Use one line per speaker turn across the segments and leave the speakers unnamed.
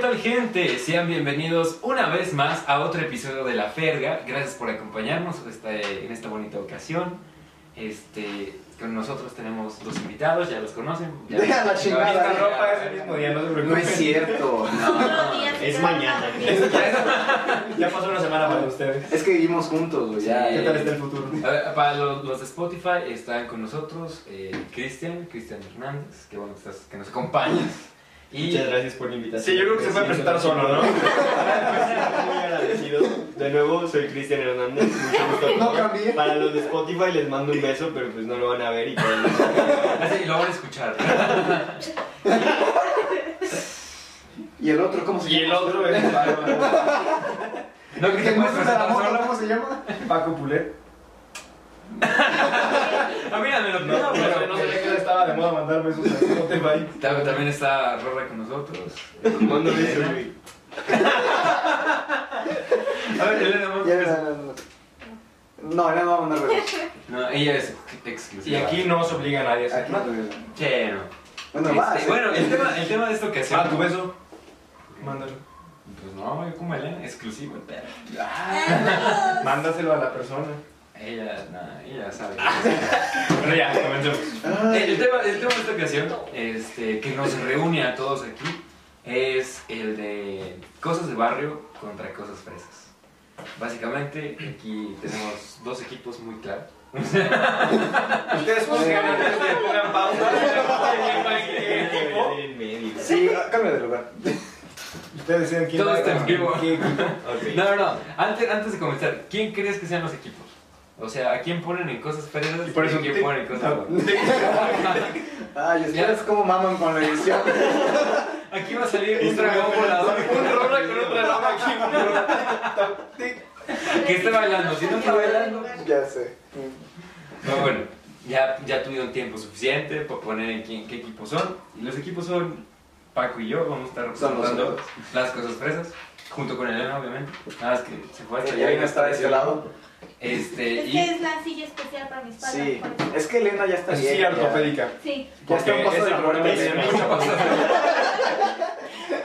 tal gente? Sean bienvenidos una vez más a otro episodio de La Ferga. Gracias por acompañarnos este- en esta bonita ocasión. Este, con nosotros tenemos dos invitados, ya los conocen. ya-
Deja la chingada,
Ahorita
deja.
ropa es el mismo día, no se
No es
preocupen.
cierto.
Es mañana.
Ya pasó una semana para ustedes.
Es que vivimos juntos, güey. ya.
Sí.
¿Qué tal está el futuro?
A ver, para los, los de Spotify están con nosotros eh, Cristian, Cristian Hernández, que bueno que, estás- que nos acompañas. Y
Muchas gracias por la invitación.
Sí, yo creo que se puede presentar solo, ¿no?
pues, Muy agradecido. De nuevo, soy Cristian Hernández. Mucho gusto.
No cambié.
Para los de Spotify les mando un beso, pero pues no lo van a ver y todo.
así lo van a escuchar.
Y el otro, ¿cómo se
Y
llama?
el otro
eh,
es Paco-
No, Cristian,
¿Te
¿puedes
gusta la
presentar
morra?
solo?
¿Cómo se llama?
Paco Pulet.
Ah, mira, me lo pido,
No, pero no sabía que estaba de moda mandarme sus Spotify.
Tam- También está Rora con nosotros.
Mando besos, güey.
A ver, Elena, vamos a
Ya,
ver.
no, no, no. No, ya no va a mandar regalos.
No, ella es ex- exclusiva.
Y aquí no se obliga a nadie a
Aquí
hacerlo.
no te veo.
Che, no.
Bueno,
Este,
va. sí.
bueno, el tema, el tema de esto que hacemos.
Ah, tu beso. Mándalo.
Pues no, yo como Elena, exclusiva.
Mándaselo a la persona.
Ella, no, ella sabe. Ah.
Pero ya, comencemos.
El,
Ay,
el tema, el tema de esta ocasión, este, que nos reúne a todos aquí, es el de cosas de barrio contra cosas fresas. Básicamente, aquí tenemos dos equipos muy claros.
Ustedes pongan, ustedes le pongan pausa.
En medio.
Sí, ah, cambia de lugar.
Ustedes deciden quién
Todo
va a
está en
ganar.
vivo.
¿Quién- quién-
Ok.
No, no, no. Antes, antes de comenzar, ¿quién crees que sean los equipos? O sea, ¿a quién ponen en cosas fresas y,
Y por eso
a quién
te-
ponen en cosas buenas?
Ay, ustedes cómo maman con la edición.
Aquí va a salir un dragón volador. Un rola con un dragón aquí. Que está bailando, si no está bailando.
Ya sé.
No, bueno, ya, ya tuvieron tiempo suficiente para poner en quién, qué equipos son. Y los equipos son Paco y yo, vamos a estar
Son
representando
nosotros.
las cosas fresas. Junto con Elena, obviamente. Nada más que se fue hasta
Ya
allá y
viene
no
a estar de este lado.
Este,
Es que
y.
es la silla especial para mis padres.
Sí. Es que Elena ya está
Es
bien.
cierta
ya.
ortopédica.
Sí.
Ya está un paso
Porque
de la
ese
muerte.
programa
Elena.
tiene mucha pasión.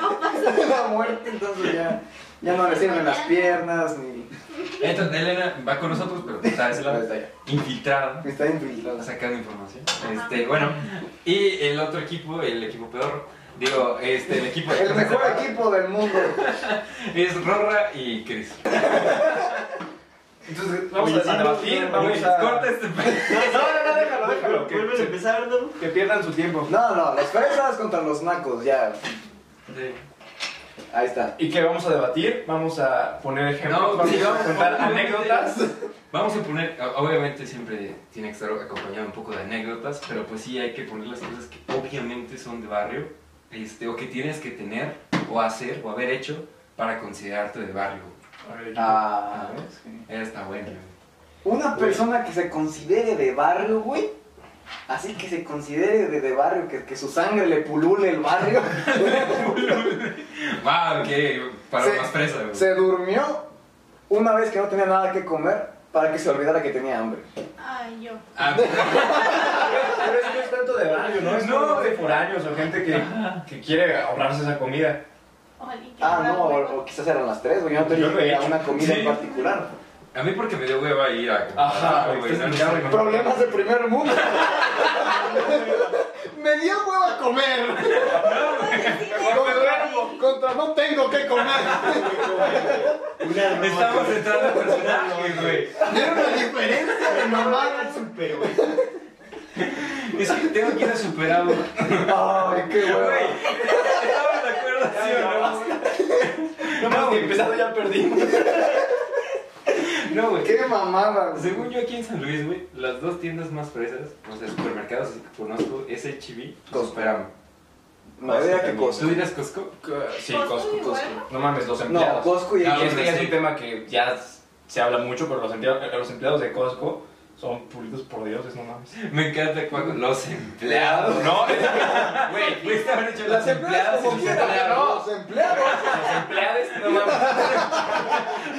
No pasa.
la muerte, entonces ya. Ya no le sirven las piernas ni.
Entonces, Elena va con nosotros, pero está de ese lado.
Está ya.
Infiltrada.
Está infiltrado.
sacando información. Este, bueno, y el otro equipo, el equipo peor, digo, este, el equipo
El mejor equipo del mundo.
es Rorra y Chris.
Entonces, vamos
Oye,
a
sí,
debatir,
no,
vamos
Luis,
a...
corta este pe-
No, no, no, déjalo, déjalo. que-
¿Vuelves a empezar, no?
Que pierdan su tiempo.
No, no, los fresas contra los nacos, ya. Ahí está.
¿Y qué vamos a debatir? Vamos a poner ejemplos,
No,
vamos
sí, vamos
a contar
a poner-
anécdotas.
Vamos a poner, o- obviamente siempre tiene que estar acompañado un poco de anécdotas, pero pues sí hay que poner las cosas que obviamente son de barrio, este, o que tienes que tener, o hacer, o haber hecho para considerarte de barrio.
Ah,
Ella está buena.
Una persona que se considere de barrio, güey. Así que se considere de, de barrio, que, que su sangre le pulule el barrio.
Wow, que para
Se-
más presa. güey.
Se durmió una vez que no tenía nada que comer para que se olvidara que tenía hambre.
Ay, yo.
Ah,
Pero es que es tanto de barrio, ¿no? Es
No,
no, de foráneos o gente que, que quiere ahorrarse esa comida.
Oli, qué
Ah, no,
bravo.
o, o quizás eran las tres, güey. Yo no
Yo lo he
tenía
hecho.
una comida en
Sí.
particular.
A mí porque me dio hueva ir a...
Ah,
Ajá,
güey,
güey,
no, no,
ya
no.
me-
Problemas de primer mundo. Me dio hueva comer. Contra, contra no tengo que comer.
Una
Estamos entrando en personaje, güey.
Era una diferencia de mamá.
Pero, güey.
Es que tengo que ir a superar, güey.
Ay, qué hueva.
¿Estabas de acuerdo, sí o no?
No, más que empezando ya perdimos.
No, güey.
Qué mamada. güey.
Según yo aquí en San Luis, güey, las dos tiendas más fresas, o sea, supermercados así que conozco, es E HB,
Costco.
Superama.
No, yo diría que
¿Tú
Costco.
dirás Costco?
Sí,
¿Costco
Costco,
y
Costco.
Walmart?
No mames, los
No,
empleados.
Costco y
Ah,
Y
H&M.
este ya es
Sí.
un tema que ya se habla mucho, pero los empleados, los empleados de Costco son pulidos por dioses, no mames.
Me encanta
Mm.
cuando los empleados.
No, es-
Güey, güey, estaban hechos los
Las empleadas
empleados y
como
los
quieran, pero
empleados.
los empleados.
los empleados, no mames.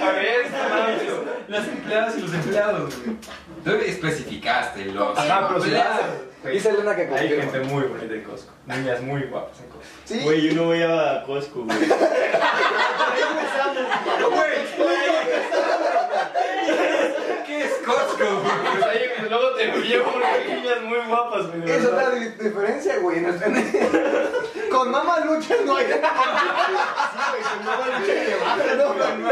A ver, esto
No mames, Las empleadas y los empleados, güey. Tú especificaste los
Ajá, pero si vas.
empleados.
Dice Elena que
Hay gente
confirma.
muy bonita en Costco. Niñas muy guapas en Costco.
Sí,
Güey, yo no voy a Costco, güey.
¿Qué es Costco, güey?
Pues ahí luego te llevo unas niñas muy guapas, güey. de
es
verdad.
otra di- diferencia, güey. en el- Con mamá lucha no hay. No, no, no.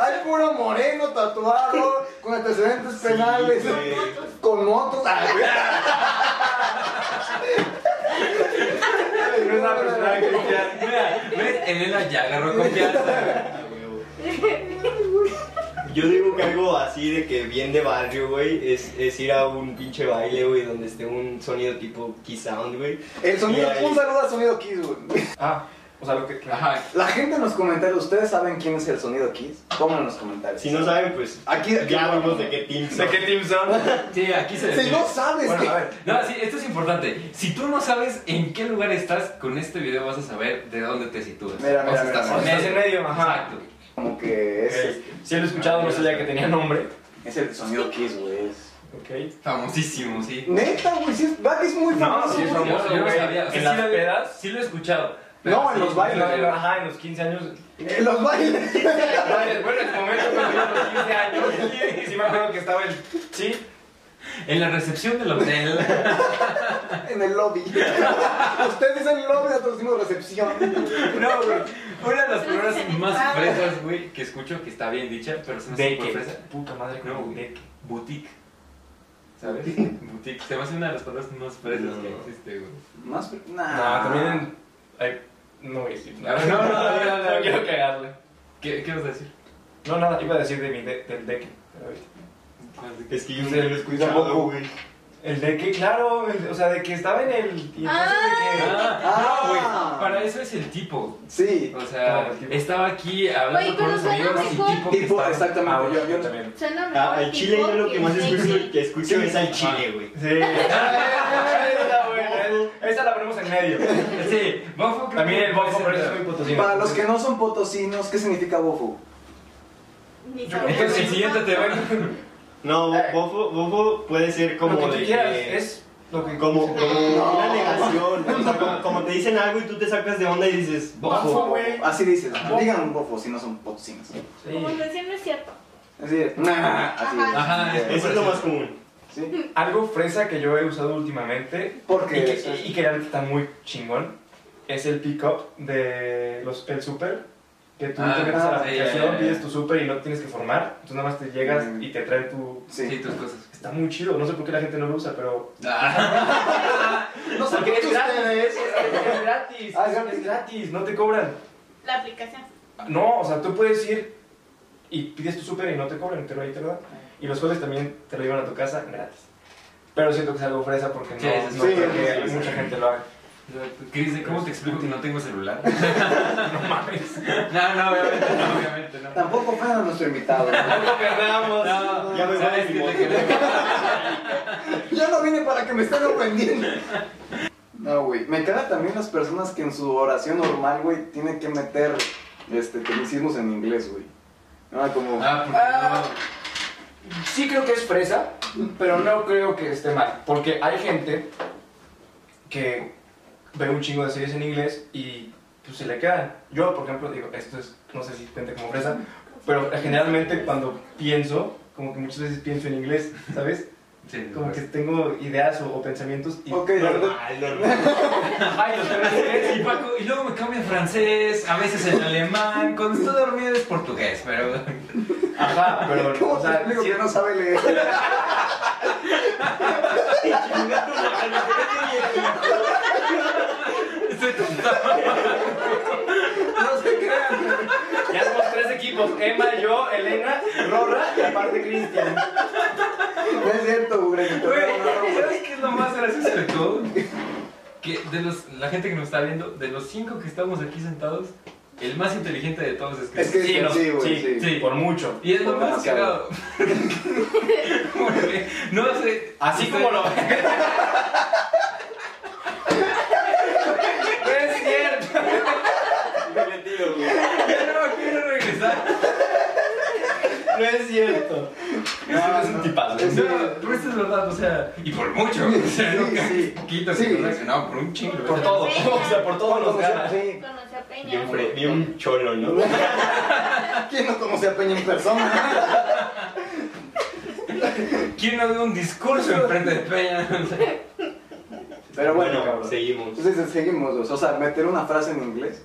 Hay puro moreno tatuado, con antecedentes penales,
güey.
con motos. Ah, güey.
No es una persona cristiana.
Mira, ¿ves? Elena ya agarró confianza. güey.
Ah, huevo. Yo digo que algo así de que bien de barrio, güey, es, es ir a un pinche baile, güey, donde esté un sonido tipo Key Sound, güey.
El sonido,
Y ahí-
un saludo a Sonido Kiss, güey.
Ah, o sea, lo que.
Ajá.
La gente en los comentarios, ¿ustedes saben quién es el Sonido Kiss? Pónganlo en los comentarios.
Si no saben, pues
Aquí- aquí-
ya hablamos de qué team
¿De
son.
qué team son?
Sí, aquí se
Si
define.
no sabes
Bueno,
que-
a ver.
No, sí, esto es importante. Si tú no sabes en qué lugar estás, con este video vas a saber de dónde te sitúas.
Mira, mira,
O sea,
mira,
estás
mira.
en medio.
Estás en medio, ajá.
Exacto.
Como que es,
Ok. Si lo he escuchado, no sabía que tenía nombre.
es el Sonido Kiss, güey. es-
Ok.
Famosísimo, sí.
Neta, güey, sí es, va que es muy famoso.
sí es
güey.
Yo-
famoso,
yo no
güey.
sabía. O sea,
En
sí
las
lo-
pedas.
Sí lo he escuchado.
No,
sí,
en los bailes,
pero-
Ajá, en los 15 años.
En los bailes.
Bueno, en el momento cuando tenía los 15 años, sí me acuerdo que estaba el. Sí,
En la recepción del hotel.
En el lobby. Ustedes dicen lobby, nosotros decimos recepción.
No, güey. Una de las palabras más fresas, güey, que escucho, que está bien dicha, pero se me hace
de
súper
que.
fresa.
Puta madre,
No,
no,
güey.
de que.
Boutique. ¿Sabes? Boutique. Se me hace una de las palabras más fresas que
No.
existe, güey.
Más. pre- Nah.
No, también. ay, no voy a decir
A
nada.
ver, no, no, a ver, a ver, a
Ah. No
ver.
quiero cagarle.
¿Qué, ¿Qué vas a decir?
No, nada, iba a decir de mi de- del deque. pero ahorita.
Es que yo
Sí,
no lo he escuchado,
tampoco.
güey.
El deque, claro, el- o sea, de que estaba en el. y entonces de que-
Ah,
Ah.
no, güey. Para eso es el tipo.
Sí.
O sea,
Claro, el tipo.
estaba aquí hablando
Güey,
con
pero
los
suena
amigos y
mejor.
tipo que
Tipo,
estaba-
exactamente.
Ah,
yo, yo también.
también.
Suena mejor.
Ah, al chile yo lo que más escucho,
escucho
que escucho es al chile, güey.
Sí. Esa, güey, esa la ponemos en medio.
Sí, Bofo creo
También
que
el bofo,
puede
pero
ser-
eso es muy potosino.
Para los que no son potosinos, ¿qué significa bofo?
Entonces, el siguiente te va
No, bo- bofo, bofo puede ser como
Lo que tú
de que-
quieras, es lo que
como, como
No.
una negación, o sea, como, como te dicen algo y tú te sacas de onda y dices,
Bofo,
bofo.
güey.
Así dices.
Bofo.
Digan bofo si no son potosinos.
Como
Sí.
recién no es cierto.
Así es. Nah. Así es.
Ajá, es-
Eso es lo más común.
Sí.
Algo fresa que yo he usado últimamente
Porque.
y que, y que la neta está muy chingón es el pick-up de los, el super. Que tú
Ah,
te metes a la
sí, ya,
aplicación,
ya, ya.
pides tu super y no te tienes que formar. Entonces nada más te llegas
Mm.
y te traen tu.
Sí,
Sí.
tus cosas.
Está muy chido, no sé por qué la gente no lo usa, pero.
Ah,
No sé
Porque
qué
es gratis.
ustedes.
Es gratis,
Ah, es
es,
gratis.
gratis, no te cobran.
La aplicación.
No, o sea, tú puedes ir y pides tu súper y no te cobran, te lo, ahí te lo dan. Y los jueves también te lo llevan a tu casa gratis. Pero siento que es algo fresa porque no,
Sí, sí,
no
sí,
creo
sí,
que
sí,
mucha gente lo haga.
Cris, ¿de ¿cómo te explico que no tengo celular? no mames. No, no, obviamente no, obviamente no.
Tampoco fueron a nuestro invitado. güey.
perdamos.
No,
Ya me voy
¿sabes
de mi
qué te
moto.
quería-
Yo no vine para que me estén ofendiendo. No, güey. Me cagan también las personas que en su oración normal, güey, tienen que meter este, tecnicismos en inglés, güey. No, como.
Ah, porque
Ah. Sí creo que es fresa, pero no creo que esté mal. Porque hay gente que ve un chingo de series en inglés y pues se le quedan. Yo, por ejemplo, digo, esto es, no sé si cuenta como fresa, pero generalmente cuando pienso, como que muchas veces pienso en inglés, ¿sabes?
no. Sí,
Como que tengo ideas o, o pensamientos y...
Ok, la verdad.
Normal, normal.
Ay, los tengo en inglés.
Eh, Y Paco, y luego me cambio a francés, a veces en alemán, cuando estoy dormido es portugués, pero...
Ajá, pero,
¿Cómo
o sea,
te explico
sí-
que no sabe leer?
Estoy tonto.
No se crean.
ya somos tres equipos, Emma, yo, Elena, Rora y aparte Cristian.
No es cierto, güey. te
Güey,
perdono, güey.
¿sabes qué es lo más gracioso de todo? Que de los, la gente que nos está viendo, de los cinco que estamos aquí sentados, el más inteligente de todos es que...
Es que
Sí, no,
sí, güey.
sí,
Sí,
sí.
Por mucho.
Y es lo
Por
más cagado.
demasiado.
Porque, no sé...
Así como lo
¡Es cierto!
Me retiro, güey.
Ya no quiero regresar.
no es cierto.
No,
es un
no.
tipazo.
Es-
No, pero esto es verdad, o sea, y por mucho, o sea,
Sí,
no que
sí.
poquito,
Sí.
sí. no, por un chingo.
Por todo. O sea, por todo nos
Conocí a-
gana.
sí.
Conocí a Peña.
Bien, fre- bien cholo, ¿no?
¿Quién no conoce a Peña en persona?
¿Quién no dio un discurso enfrente de Peña? O sea,
Pero bueno, cabrón.
seguimos.
Entonces seguimos, güey. o sea, meter una frase en inglés.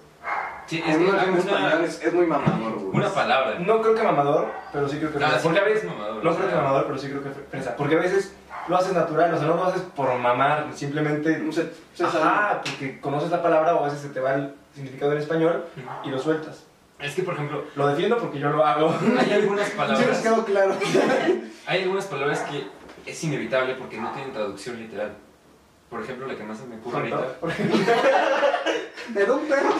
sí, es
En
que
una, en español
una,
es, es muy mamador, güey.
una palabra.
No creo que mamador, pero sí creo que
No,
fresa.
Ah, sí
Porque a
creo que
veces,
es mamador,
no
o
creo que
sea.
mamador, pero sí creo que fresa. Porque a veces lo haces natural, o sea, no lo haces por mamar, simplemente.
No sé, se sabe.
Ajá, porque conoces la palabra o a veces se te va el significado en español y lo sueltas.
Es que, por ejemplo,
Lo defiendo porque yo lo hago.
hay algunas
Sí, nos
palabras,
quedó claro.
hay algunas palabras que es inevitable porque no tienen traducción literal. Por ejemplo, la que más se me ocurre ahorita.
Me da un perro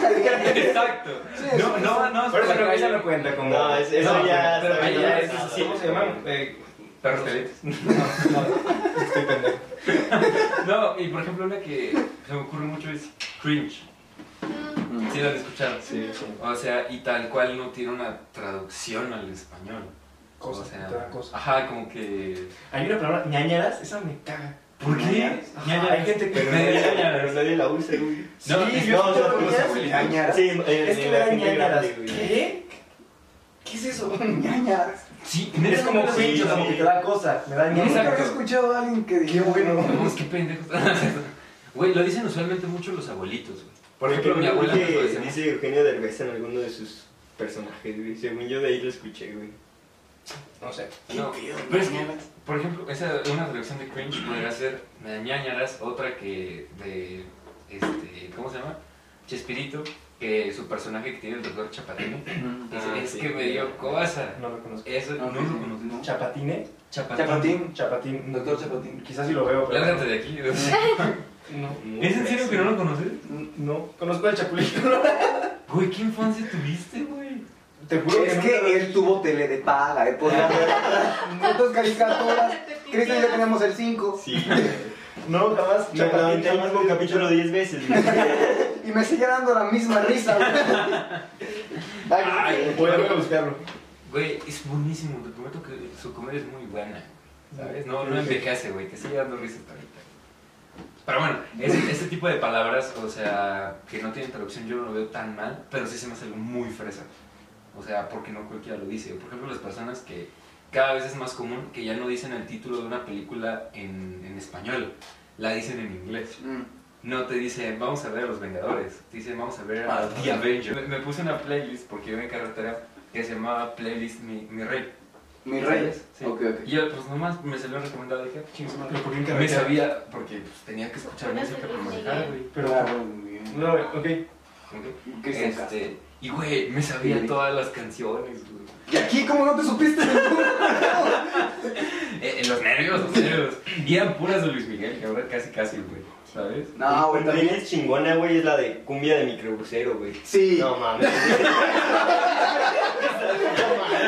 caliente.
Exacto. No, no, no.
Pero eso no, esa no
no
cuenta como.
No, es- eso ya
Pero
está
ahí
bien
ya es.
avanzado.
¿Cómo se llama? Eh,
Perros calientes.
no, no, estoy pendejo.
No, y por ejemplo, una que se me ocurre mucho es cringe.
Mm,
Sí, la han escuchado.
Sí, sí.
O sea, y tal cual no tiene una traducción al español.
Cosa,
o sea,
te da cosa.
Ajá, como que.
Hay una palabra, ñañaras, esa me caga.
¿Por qué?
Ñañaras. Hay gente que.
Pero
Me
nadie,
da ñañaras.
pero nadie la usa, güey.
Sí,
No,
yo
es-
no,
no,
no,
Los abuelitos.
Ñañaras.
Sí, en- en
Es que
la
me da
gente
ñañaras.
grande, güey.
¿Qué? ¿Qué es eso?
Ñañaras.
Sí,
Es como
no,
cringe,
no,
como que te da cosa. Me da
Nunca
Exacto.
había
ñañaras.
escuchado a alguien que diga.
Qué bueno.
no, es que pendejos. Güey, lo dicen usualmente mucho los abuelitos, güey. Por
Por
ejemplo, mi abuela nos lo
dice,
decía.
dice Eugenio Derbez en alguno de sus personajes, güey. Según yo de ahí lo escuché, güey.
No sé.
No,
Qué pedo,
pero es que,
ñañaras.
por ejemplo, esa, una traducción de cringe podría ser me da ñañaras, otra que de, este, ¿cómo se llama? Chespirito, que su personaje que tiene el doctor Chapatino, dice,
Ah,
es
sí.
que me dio cosa.
No lo conozco.
Eso no,
No,
lo
no,
conocí.
no.
¿Chapatine?
Chapatín.
Chapatín.
Doctor Chapatín.
Quizás sí lo veo, pero.
Lárgate de aquí. o sea.
No.
Muy
¿Es en serio que no lo conoces?
No, conozco al Chapulín.
Güey, ¿qué infancia tuviste, güey?
Te juro
Es
nunca lo-
que él tuvo tele de paga, eh, podía ver muchas caricaturas. Cristian y yo teníamos el 5
Sí, güey.
No, jamás.
Me
Chapatín,
aventé el mismo capítulo 10 veces, güey.
y me sigue dando la misma risa. güey.
Ay, pues.
Voy a voy a buscarlo.
Güey, es buenísimo, te prometo que su comedia es muy buena, ¿sabes? No, no envejece, güey, te sigue dando risas hasta ahorita. Pero bueno, ese, ese tipo de palabras, o sea, que no tienen traducción, yo no lo veo tan mal, pero sí se me hace algo muy fresa. O sea, porque no cualquiera lo dice. Por ejemplo, las personas que cada vez es más común que ya no dicen el título de una película en, en español, la dicen en inglés.
Mm.
No te dice, vamos a ver a los Vengadores. Te dice, vamos a ver a
Ah,
The Avengers. Me, me puse una playlist porque iba en carretera que se llamaba Playlist Mi, Mi Rey.
Mi rey.
¿Sabes? Sí.
Ok, ok.
Y yo, pues nomás me salió recomendado. Dije, "Chingue su madre".
Pero por qué en
Me
carretera?
sabía, porque pues, tenía que escuchar música para manejar, güey.
Pero.
Claro, muy bien.
No, ok.
Como que,
Cristian Castro.
Este, y güey, me sabía todas las canciones, güey.
¿Y aquí cómo no te supiste?
Eh, eh, los nervios, los nervios. Y eran puras de Luis Miguel, que ahora casi, casi, güey. ¿Sabes?
no, güey,
Pero
también.
es chingona, güey, es la de cumbia de microbusero, güey.
Sí.
No mames.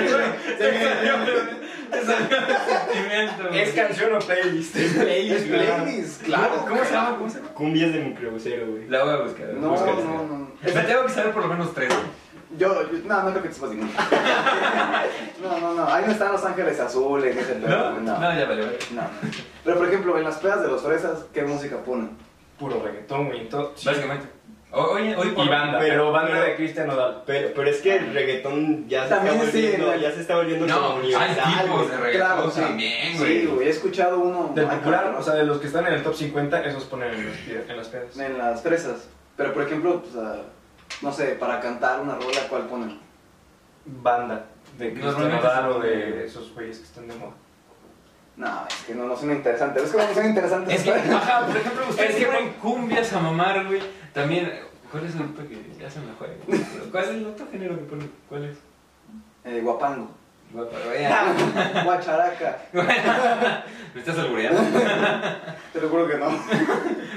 Te salió, te salió el sentimiento, güey.
¿Es canción o playlist?
Es playlist, claro.
¿Cómo se llama? ¿Cómo se llama?
Cumbias de microbusero, güey.
La voy a buscar.
No,
búscala.
no, no.
Me tengo que saber por lo menos tres.
Yo, yo- no, no creo que te sepas ninguno. No, no, no. Ahí no están Los Ángeles Azules, ese pedo,
¿No?
güey,
No, ya vale, vale.
No, no. Pero por ejemplo, en las pedas de los fresas, ¿qué música ponen?
Puro reggaetón, güey. entonces-
Básicamente. O- Hoy, hoy por
Y banda,
Pero-
pero banda
pero-
de Cristian Nodal.
Pero, pero es que el reggaetón ya se
También
está
sí,
volviendo,
güey.
ya se está volviendo
No,
como universal,
hay tipos
güey.
Pues de reggaetón
sí.
también, güey.
Sí, güey, he escuchado uno.
Del
Ay,
popular,
cabrón.
o sea, de los que están en el top 50, esos ponen en, los pie- en las pedas.
En las fresas. Pero por ejemplo, o sea, no sé, para cantar una rola, ¿cuál ponen?
Banda de Cristian
Normalmente
Nodal
se-
o de esos güeyes que están de moda.
No, es que no, no suena interesante. Es que no suena interesante.
Es que, ajá, por ejemplo, ustedes
Es
que
que-
ponen cumbias a mamar, güey. También, ¿cuál es el otro que ya se me fue? ¿Cuál es el otro género que ponen? ¿Cuál es?
Eh, guapango.
Guapa, güey.
Guacharaca.
¿Me estás albureando?
Te lo juro que no.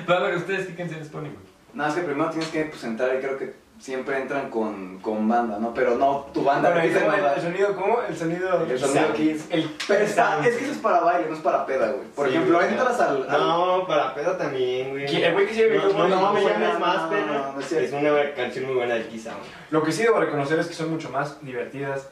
Va a ver, ¿ustedes qué canciones ponen, güey?
Nada, es que primero tienes que pues, entrar y creo que siempre entran con, con banda, ¿no? Pero no, tu banda.
Bueno, ¿y
Cristian
cómo el,
Nodal.
el sonido, ¿cómo? El sonido.
El sonido
Sam.
aquí es-
El
Pero está- es que eso es para baile, no es para peda, güey. Por
Sí,
ejemplo,
güey.
entras al. al-
No, para pedo también, güey.
¿Quién? El güey que se llama
No,
Microbusero.
no, no, me
No,
llames
no,
más,
no,
pero
no, no es
es,
cierto.
una canción muy buena de Kizama.
Lo que sí debo reconocer es que son mucho más divertidas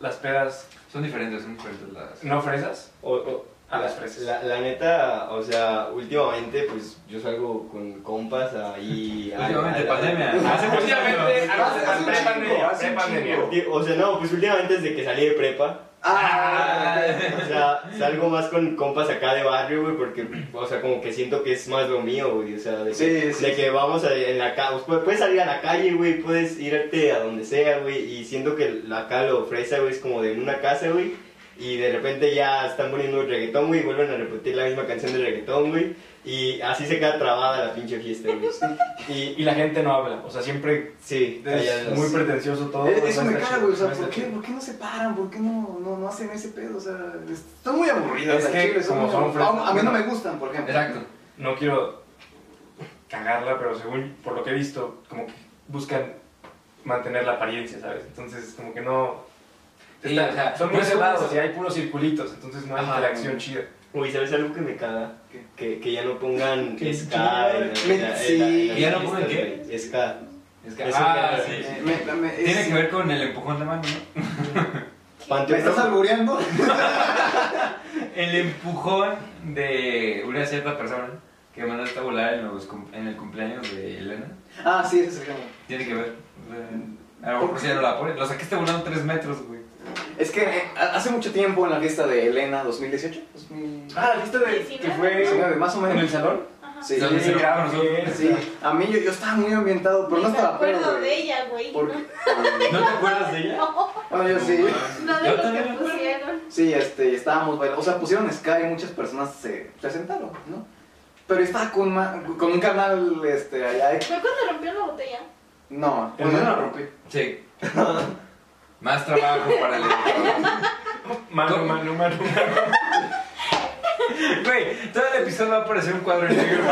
las pedas
Son diferentes, son diferentes las.
no fresas
O- o-
a las
la-
fresas.
La, la neta, o sea, últimamente, pues yo salgo con compas ahí. al-
Últimamente,
al-
pandemia.
Hace muchos años.
Hace- hace un chingo,
Pre-pandemia,
hace un
pre-pandemia.
chingo.
O sea, no, pues últimamente desde que salí de prepa.
Ah,
O sea, salgo más con compas acá de barrio, güey, porque, o sea, como que siento que es más lo mío, güey. O sea, de que,
Sí, sí,
de
sí.
que vamos a, en la calle, puedes salir a la calle, güey, puedes irte a donde sea, güey, y siento que la- acá lo fresa, güey, es como de en una casa, güey, y de repente ya están poniendo reggaetón, güey, y vuelven a repetir la misma canción de reggaetón, güey, y así se queda trabada la pinche fiesta, güey. Y,
Y la gente no habla, o sea, siempre
sí,
es
callados.
muy pretencioso todo.
Eh,
no
Eso
está
me
chido,
caga, güey. O sea,
no está
¿por qué,
chido.
¿por qué no se paran? ¿Por qué no, no, no hacen ese pedo? O sea, está muy aburrido.
Es que como son fresas-
a mí no me gustan, por ejemplo.
Exacto.
No quiero cagarla, pero según por lo que he visto, como que buscan mantener la apariencia, ¿sabes? Entonces, como que no.
Sí, o sea,
son
por
muy
eso-
cerrados y hay puros circulitos, entonces no hay
Ajá.
interacción chida.
Uy, ¿sabes algo que me caga?
¿Qué?
Que, que ya no pongan
Qué
ska en la- en la- en la- en las
Sí. ¿Ya no pongan
listas,
qué?
güey. Ska.
Es que.
Eso
Ah,
que-
sí.
Eh, me- me-
Tiene
es-
que ver con el empujón de mano, ¿no?
¿Me
Panteón
estás
Rojo.
albureando?
El empujón de una cierta persona que mandaste a volar en, los cum- en el cumpleaños de Elena.
Ah, sí, ese es el tema.
Tiene que ver. o sea, A lo mejor si ya no la pones. Lo sacaste volando tres metros, güey.
Es que eh, hace mucho tiempo en la fiesta de Elena 2018, 2000...
Ah, la fiesta de,
Sí, sí,
que
¿no?
fue
19, más o
en el
menos.
salón.
Ajá.
Sí.
Donde se lo grabamos nosotros.
Sí, a mí yo, yo estaba muy ambientado, pero no
Ni me
estaba
acuerdo
pedo,
de
güey.
ella, güey.
Porque...
¿No te acuerdas de ella?
Bueno, yo sí.
No de
Yo
lo que
también me acuerdo.
pusieron.
Sí, este, estábamos bailando. O sea, pusieron Sky y muchas personas se, se sentaron, ¿no? Pero yo estaba con, ma- con un canal, este, allá. de-
Fue cuando rompió la botella.
No, pues yo no la rompí.
Sí. Más trabajo para el editor.
Manu,
¿Cómo?
manu, manu, manu.
Güey, todo el episodio va a aparecer un cuadro en negro.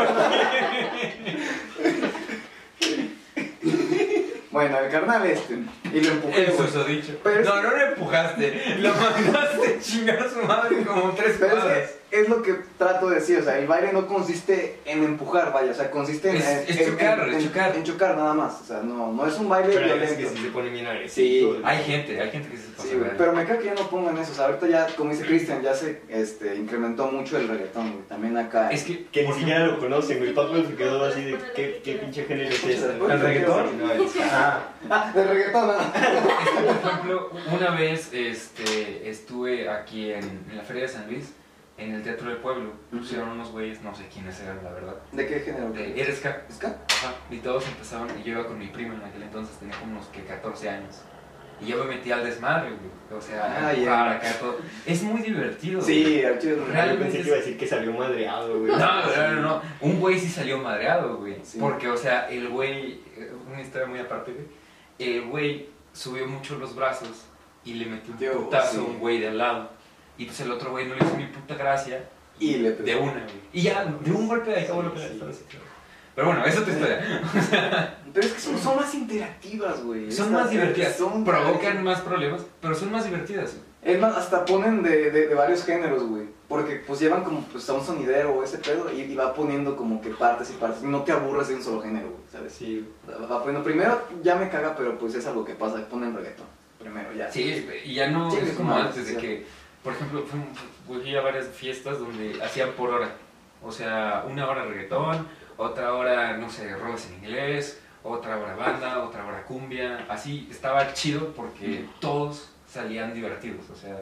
Bueno, el carnal este. Y lo empujé,
El
güey.
susodicho.
Pero es
No, no lo empujaste. Lo mandaste chingar a su madre como tres
Pero es
cuadras.
que es lo que trato de decir, o sea, el baile no consiste en empujar, vaya, o sea, consiste en...
Es-
en-
es
en-
chocar,
en,
es chocar.
en chocar nada más, o sea, no, no es un baile
Pero hay veces
violento.
que sí se pone bien
Sí.
agresivo. güey.
Hay gente, hay gente que se pasa.
Sí, güey,
güey.
pero me creo que ya no pongan eso, o sea, ahorita ya, como dice Cristian, ya se este, incrementó mucho el reggaetón, güey, también acá...
Es que,
Que ni
por
siquiera lo conocen, güey. Paco se quedó así de qué, qué pinche género es ese.
¿El reggaetón?
No, el ska.
Ah,
Ah, de reggaetón, ah.
Por ejemplo, una vez este, estuve aquí en, en la Feria de San Luis, en el Teatro del Pueblo. Pusieron unos güeyes, no sé quiénes eran, la verdad.
¿De qué género?
De eres ca-
¿Ska?
ajá, Y todos empezaban, y yo iba con mi prima en aquel entonces, tenía como unos que 14 años. Y yo me metí al desmadre, güey. O sea,
Ah,
a
ya.
empujar acá todo. Es muy divertido. güey.
Sí, al chile.
Yo
Realmente
pensé que iba a decir que salió madreado, güey.
No, no, no, no. Un güey sí salió madreado, güey.
Sí.
Porque, o sea, el güey. eh, Una historia muy aparte, güey. El güey subió mucho los brazos y le metió un
Yo,
putazo
sí.
a un güey de al lado. Y pues el otro güey no le hizo ni puta gracia.
Y le
De
pegó.
una, güey. Y ya, de un golpe de acabo lo
Sí,
pegaste.
sí.
Pero bueno, esa es tu historia.
Pero es que son, son más interactivas, güey.
Son
Estas-
más divertidas.
son-
Provocan más problemas, pero son más divertidas. güey.
Es más, hasta ponen de, de, de varios géneros, güey. Porque pues llevan como pues, a un sonidero o ese pedo y, y va poniendo como que partes y partes. No te aburres de un solo género, güey, ¿sabes?
Sí.
Va- Va poniendo, primero ya me caga, pero pues es algo que pasa, ponen reggaetón. Primero ya.
Sí, güey, y ya no
Sí,
es
es
como
una
antes de
decisión.
que, por ejemplo, fui- fui fui a varias fiestas donde hacían por hora. O sea, una hora reggaetón, otra hora, no sé, rolas en inglés, otra hora banda, otra hora cumbia. Así estaba chido porque
Mm.
todos salían divertidos, o sea,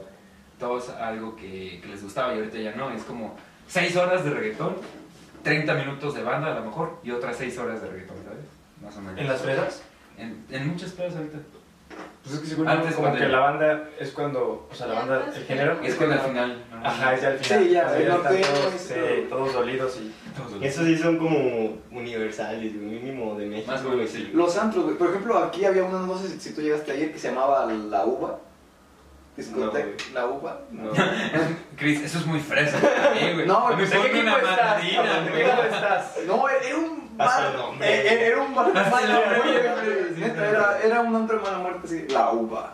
todos algo que, que les gustaba y ahorita ya no. Es como seis horas de reggaetón, 30 minutos de banda a lo mejor y otras seis horas de reggaetón, ¿sabes? Más o menos.
en las fresas.
En, en muchas plazas ahorita.
Pues es que según
Antes
yo, como
cuando-
que la banda es cuando, o sea, la banda,
pues,
el género.
Es cuando al final. ¿no?
Ajá, es ya al final.
Sí, ya,
O sea,
el
están
norteño,
todos,
eso.
eh, todos dolidos y...
Esos sí son como universales, güey, mínimo de México.
Más o menos, sí.
Los antros, güey. Por ejemplo, aquí había una, no sé si, si tú llegaste ayer, que se llamaba La Uva. Discoteca,
No, güey.
La Uva.
No.
Chris, eso es muy fresa para mí, güey.
No,
A mí
pues,
me
¿de
ponen una mandarina,
cabrón? ¿De
güey.
qué lado estás?
No, e-, era un
Hasta el
bar.
nombre.
eh, eh, Era un bar.
Hasta el nombre,
Mala
güey.
muerte,
Sí,
neta,
sí.
Era, era un nombre mala muerte, sí. La uva.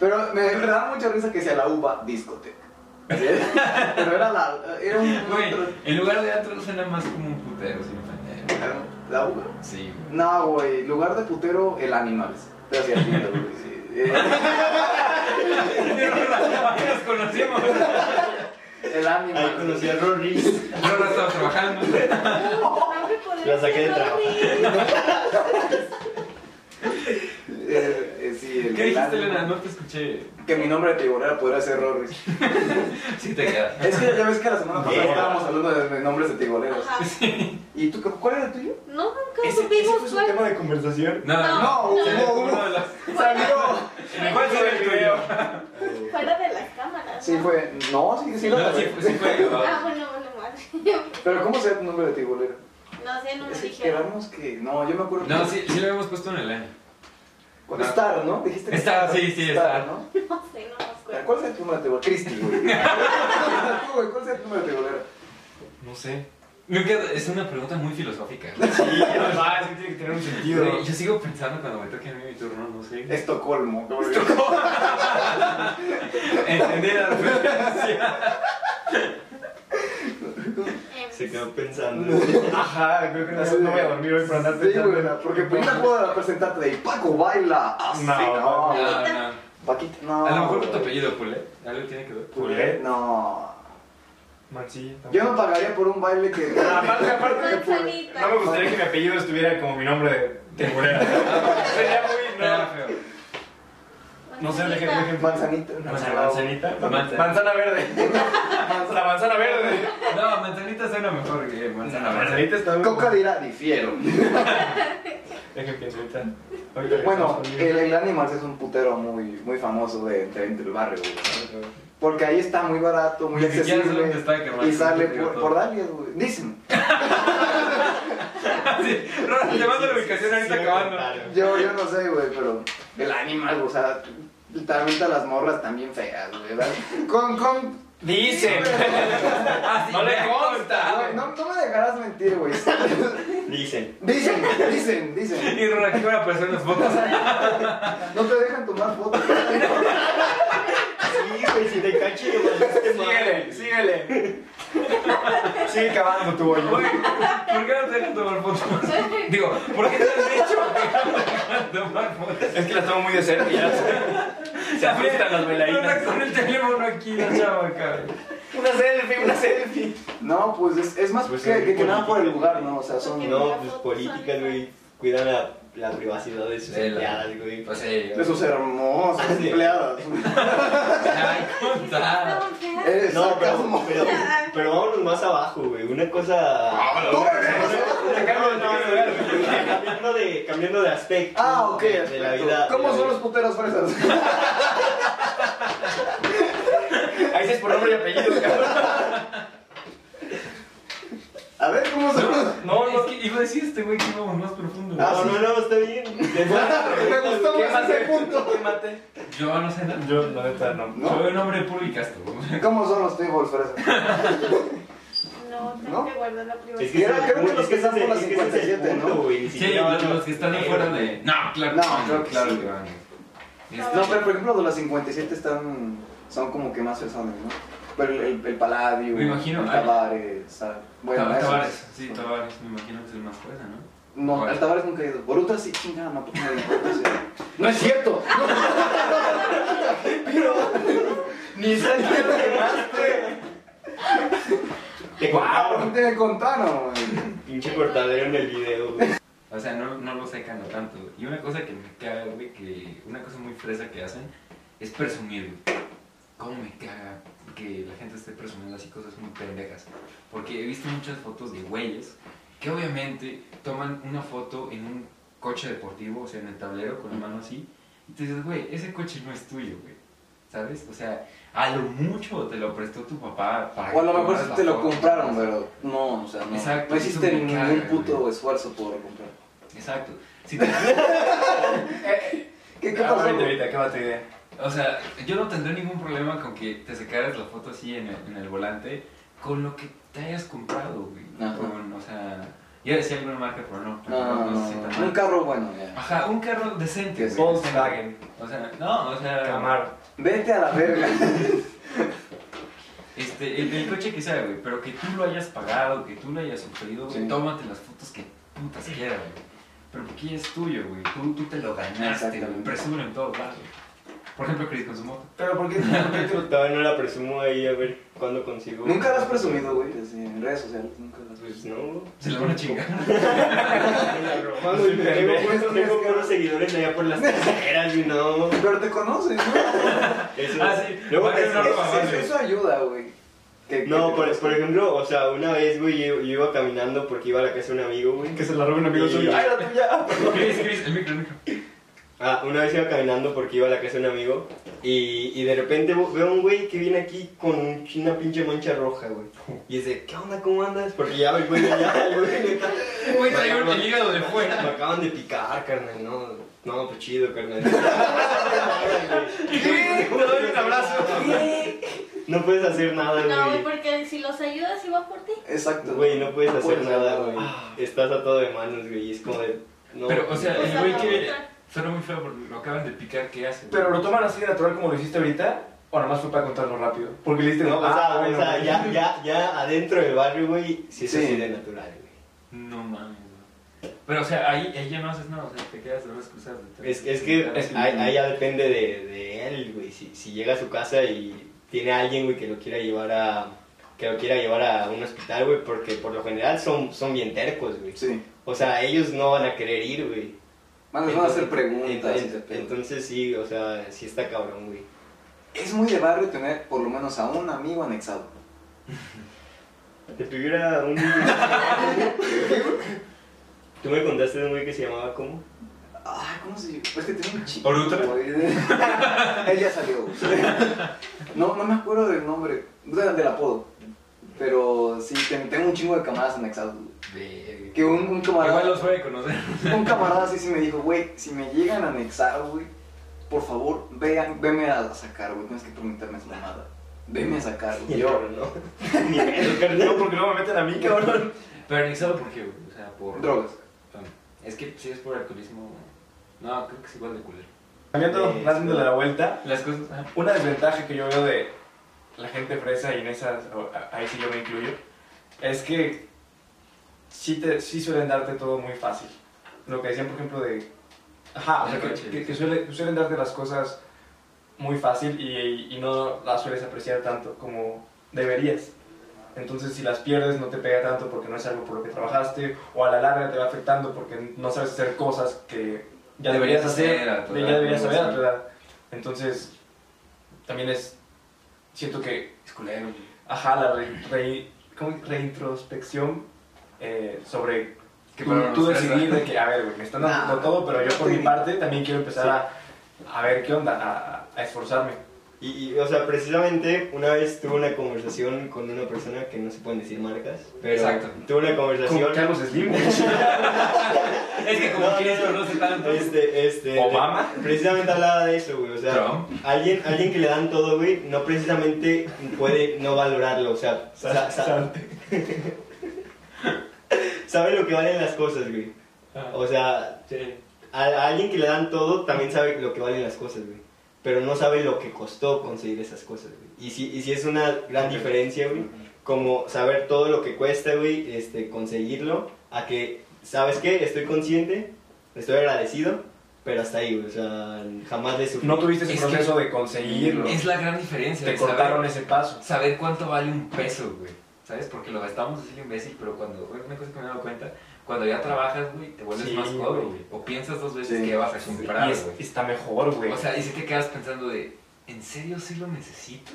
Pero me, me daba mucha risa que sea la uva discoteca. Sí, Pero era la. Era un.
Güey,
antro-
en lugar de antro suena más como un putero, sin ofender.
¿La uva?
Sí, güey.
No, güey. Lugar de putero, el animales. Te hacía lindo, güey. sí. eh,
Ahí nos conocimos. Yo
el
Ahí
Animal.
conocí a Rory.
no estaba trabajando.
No me podré
La saqué de
decir,
trabajo.
"Rory".
Eh, eh, sí, el
¿Qué
el
dijiste,
Animal.
Elena? No te escuché.
Que mi nombre de tiburera podría ser Rory.
Sí te queda.
Es que ya ves que la semana pasada
Yeah.
estábamos hablando de de nombres de tibureros.
Ajá.
¿Y tú qué- cuál era el tuyo?
No, nunca
Ese, ese fue
supimos
su
cuál.
tema de conversación.
No,
No.
No,
Uno
hubo uno.
de los-
Salió.
¿Cuál fue el tuyo?
Fuera de las cámaras.
Sí,
¿no?
fue. No, sí, sí, lo
No, sí,
sabía.
sí fue
Ah,
grabado.
bueno, bueno, madre.
Pero ¿cómo se llama tu nombre de tiburero?
No sé, no me
Es que
dijeron.
quedamos que. No, yo me acuerdo.
No,
que-
sí, sí lo habíamos puesto en el año.
Con
No.
Star, ¿no? Dijiste que
Star, sí, sí, Star.
¿no?
No sé, no me acuerdo.
¿Cuál es tu número de tiburero? Cristi, güey. Tú, güey, ¿Cuál es tu número de tiburero?
No sé. Nunca, es una pregunta muy filosófica.
Sí, además, que tiene que tener un sentido.
Güey, Yo sigo pensando cuando me toque a mí mi turno, no sé.
Estocolmo.
Entender la referencia.
Em,
Se quedó pensando.
Ajá, creo que no, no voy a dormir hoy por andar
Sí,
pensando.
güey, porque primero puedo presentarte de Paco baila así.
No,
No,
pues- No,
güey.
Ah, no.
Paquita, no.
A lo mejor tu
güey.
apellido, Pulet. Algo tiene que ver.
Pulet.
No.
Mancilla.
Yo no pagaría por un baile que.
Aparte, aparte que fue-
Manzanita.
no me gustaría que mi apellido estuviera como mi nombre de tiburera. Sería muy
Era
no.
feo.
No sé,
manzanita.
dejen
Manzanita. no.
Manzana, manzanita.
Manzana.
Manzana verde. La
Manzana.
manzana verde.
No, manzanita suena mejor que manzana verde.
manzanita está
Coca dirá, difiero.
Dejen pienso ahorita. Ahorita
Bueno,
regresamos
el,
conmigo.
el Animals es un putero muy, muy famoso de, de entre el barrio, güey. Porque ahí está muy barato, muy
Ni siquiera sé
accesible.
dónde está, carnal.
y sale
Digo
por,
todo.
por Dalias, güey. Dicen.
Sí, Ronald, te mando la ubicación ahorita
Sí, me
acabando.
contaron.
Yo, yo no sé, güey, pero el animal, o sea, literalmente a las morras también feas, güey. ¿verdad? Con, con.
Dicen.
Ah, sí,
No le
me
consta.
güey, No, no me dejarás mentir, güey.
Dicen.
Dicen, dicen, dicen.
Y Ronald, aquí van a aparecer unas fotos.
No te dejan tomar fotos.
Sí, güey, si te caché, lo mandaste mal.
Síguele, síguele. Sigue cavando tu hoyo.
Oye, ¿por qué no te dejan tomar fotos? Digo, ¿por qué te han dicho que no te dejan tomar fotos?
Es que las tomo muy de cerca y ya se, se afectan las
Ronald
velaínas.
con el teléfono aquí, la chava acá.
Una selfie, una selfie.
No, pues es, es más
Pues
que,
es
que, que nada por el
política.
lugar, ¿no? O sea, son.
No, pues política, güey. Cuidan la, la privacidad de sus
De la-
empleadas, güey.
Pues sí.
De sus hermosas
Ah, sí.
empleadas.
Ay, contar.
Estaban feas.
Eh,
No, pero,
sarcasmo.
pero, pero vámonos más abajo, güey. Una cosa.
Tú eres
No, no, no, no. Cambiando de, cambiando de aspecto.
Ah, ok.
De, de la
perfecto.
vida.
¿Cómo
de la
son
vida.
los puteros fresas?
Ahí sí es por nombre y apellido, cabrón.
A ver, ¿cómo son los.?
No, no, es que iba a decir este güey que íbamos más profundo.
Ah,
No, no, no, está bien.
Me gustó
¿Qué
más
más
ese
te-
punto.
¿Qué mate?
Yo no sé nada.
Yo, la neta, no.
No.
Soy un hombre puro y casto.
¿Cómo son los tables fresas?
No, tengo
¿No?
que guardar la
Es
privacidad.
que
Creo- creo que
es
los que están por
ese-
las
es que ese es el
57, ¿no?
punto, güey, ni
Sí,
siquiera
los,
van a-
los que están afuera de. No, claro,
No,
van,
creo que
claro Este,
sí.
que van.
No,
No, pero por ejemplo, los de las 57 están. Son como que más fresones, ¿no? Pero el, el, el Palladio,
Me imagino,
el
ah,
Tabares, ¿sabes? Bueno,
Tab-
esos.
Tabares, sí, Tabares, me imagino que es el más fuerte, ¿no?
No,
Bueno.
el Tabares nunca he ido. Boruta sí, chingada, no, porque no me importa, sí. No es cierto. Pero.
Ni selfie lo quemaste.
Te
¡Wow!
cortaron.
Te contaron, güey.
Pinche cortadero en el video, güey.
O sea, no, no lo secan no tanto. güey. Y una cosa que me caga, güey, que una cosa muy fresa que hacen es presumir, güey. ¿Cómo me caga que la gente esté presumiendo así cosas muy pendejas? Porque he visto muchas fotos de güeyes que obviamente toman una foto en un coche deportivo, o sea, en el tablero con la mano así. Y te dices, güey, ese coche no es tuyo, güey. ¿Sabes? O sea, a lo mucho te lo prestó tu papá para
O a lo
que
mejor
tomaras la
te lo
foto,
compraron,
¿sabes?
pero no, o sea, no.
Exacto,
no hiciste
eso me
ningún
caga,
puto
güey.
esfuerzo por comprar.
Exacto. Si te-
Eh, ¿Qué, qué
Ah,
pasó?
Ahorita,
güey?
ahorita, ¿qué mate idea?
O sea, yo no tendré ningún problema con que te sacaras la foto así en el, en el volante con lo que te hayas comprado, güey.
Ajá.
Con, o sea, ya decía alguna marca, pero no. para que
No,
no
no,
se
no,
sienta
no.
mal.
Un carro bueno, ya.
Ajá, un carro decente,
Que
güey.
Volkswagen,
O sea, no, o sea,
Camaro.
Vete a la verga.
este, el, el coche que sea, güey, pero que tú lo hayas pagado, que tú lo hayas sufrido, güey,
Sí.
tómate las fotos que putas quieras, güey. Pero porque es tuyo, güey, tú, tú te lo ganaste, güey,
Exactamente.
presuro en todos lados. Por ejemplo, Chris con su moto.
Pero ¿por qué? ¿Por qué te lo-
Todavía no la presumo ahí a ver cuándo consigo.
Nunca lo has presumido, güey, así, en redes sociales. Nunca lo has
Pues no.
Se la van a chingar.
Vamos,
Sí,
tengo
sí,
puesto-
sí,
pues, tengo
sí.
puros seguidores allá por las terceras, y no.
Pero te conoces, ¿no?
Eso-
Ah, sí.
Luego pues,
Vale,
es-
no,
es-
no,
Eso, eso- eso ayuda, güey. Que- que
No,
te
por,
conozcan.
por ejemplo, o sea, una vez, güey, yo, yo iba caminando porque iba a la casa de un amigo, güey.
Que se la robe un amigo
Y-
suyo. ¡Ay, la tuya!
Chris, Chris, el micro, el micro.
Ah, una vez iba caminando porque iba a la casa de un amigo y, y de repente vo- veo a un güey que viene aquí con un- una pinche mancha roja, güey. Y es de, ¿qué onda? ¿Cómo andas? Porque ya el güey allá, el güey neta,
Güey, trae un hígado de
Me
fuera.
acaban de picar, carnal, no. No, pues chido, carnal.
Te doy un abrazo.
No puedes hacer nada,
No, güey,
güey.
porque si los ayudas, iba por ti.
Exacto.
Güey, no puedes
No
hacer
puedes
nada,
hacer
güey. Estás atado de manos, güey. Y es como de. No,
Ah. Pero, o sea,
O
el
sea,
güey
la
que.
otra.
Suena muy feo porque lo acaban de picar, ¿qué hace?
Pero lo toman así de natural como lo hiciste ahorita, o nada más fue para contarlo rápido. Porque le diste,
No, o sea,
ah,
o
bueno,
sea,
güey.
ya, ya, ya adentro del barrio, güey, sí es
Sí.
así de natural, güey.
No mames, güey. Pero, o sea, ahí, ahí ya no haces nada, o sea, te quedas de brazos cruzados.
Es, es que
Es-
ahí, ahí ya depende de, de él, güey. Si, si llega a su casa y tiene a alguien, güey, que lo quiera llevar a. Que lo quiera llevar a un hospital, güey, porque por lo general son, son bien tercos, güey.
Ah, Sí.
O sea, ellos no van a querer ir, güey.
Más les van a hacer preguntas.
Entonces,
ese pedo.
entonces sí, o sea, sí está cabrón, güey.
es muy de barrio tener por lo menos a un amigo anexado.
Te tuviera un. Tú me contaste de un güey que se llamaba ¿cómo?
Ah, ¿cómo se llama? Es que tiene un chico.
¿Orutra?
Ella salió. No, no me acuerdo del nombre, de- del apodo. Pero sí, ten- tengo un chingo de camaradas anexados. güey.
Verga.
Que un, un camarada.
Igual los voy a conocer.
Un camarada así sí me dijo, güey, si me llegan a anexar, güey, por favor, vean, veme a sacar, güey, tienes que prometerme esa mamada. Veme a sacar,
Ni
güey.
yo, ¿no? Ni pedo, carnal.
No, porque no me meten a mí, cabrón.
Pero anexado, ¿por qué, güey? O sea, por. Ah,
Drogas.
Es que si es por alcoholismo. No, creo que es igual de culero.
Cambiando,
Eh,
dándole la vuelta,
Las cosas. ah,
Una desventaja que yo veo de la gente fresa y en esas, o- a- ahí sí yo me incluyo, es que sí, te, sí suelen darte todo muy fácil. Lo que decían, por ejemplo, de... Ajá, o sea, que, que- que suele- que suelen darte las cosas muy fácil y, y no las sueles apreciar tanto como deberías. Entonces, si las pierdes, no te pega tanto porque no es algo por lo que trabajaste, o a la larga te va afectando porque no sabes hacer cosas que ya deberías
Deberías hacer
hacer,
a tu
ya
edad,
deberías
¿no?
saber a
Sí.
tu edad. Entonces, también es. Siento que,
Es culero, güey.
ajá, la re- re- ¿cómo? reintrospección eh, sobre
Que
tú,
para
tú
nosotros,
decidir
¿no?
de que, a ver, güey, me están
Nah,
dando todo, pero yo por
sí.
mi parte también quiero empezar a, a ver qué onda, a, a esforzarme.
Y, y, o sea, precisamente una vez tuve una conversación con una persona que no se pueden decir marcas, pero
Exacto.
tuve una
Como
conversación.
Carlos Slim,
Es que como
No,
Chris
no, no.
conoce tanto.
Este, este.
Obama.
Precisamente hablaba de eso, güey. O sea,
Trump.
alguien, alguien que le dan todo, güey, no precisamente puede no valorarlo. O sea, sa- sa- sabe lo que valen las cosas, güey.
Ah,
O sea,
sí.
A, a alguien que le dan todo también sabe lo que valen las cosas, güey. Pero no sabe lo que costó conseguir esas cosas, güey. Y sí, y sí es una gran diferencia, güey. Como saber todo lo que cuesta, güey, este, conseguirlo, a que, ¿sabes qué? Estoy consciente, estoy agradecido, pero hasta ahí, güey. O sea, jamás de sufrir.
No tuviste ese
Es que-
proceso de conseguirlo.
Es la gran diferencia.
Te
el saber-
cortaron ese paso.
saber cuánto vale un peso, güey. ¿Sabes? Porque lo gastamos así lo imbécil, pero cuando, bueno, una cosa que me he dado cuenta, cuando ya trabajas, güey, te vuelves
Sí,
más codo,
güey.
güey. O piensas dos veces
Sí.
que vas a comprar,
y es-
güey.
está mejor, güey.
O sea, y si te quedas pensando de, ¿en serio sí lo necesito?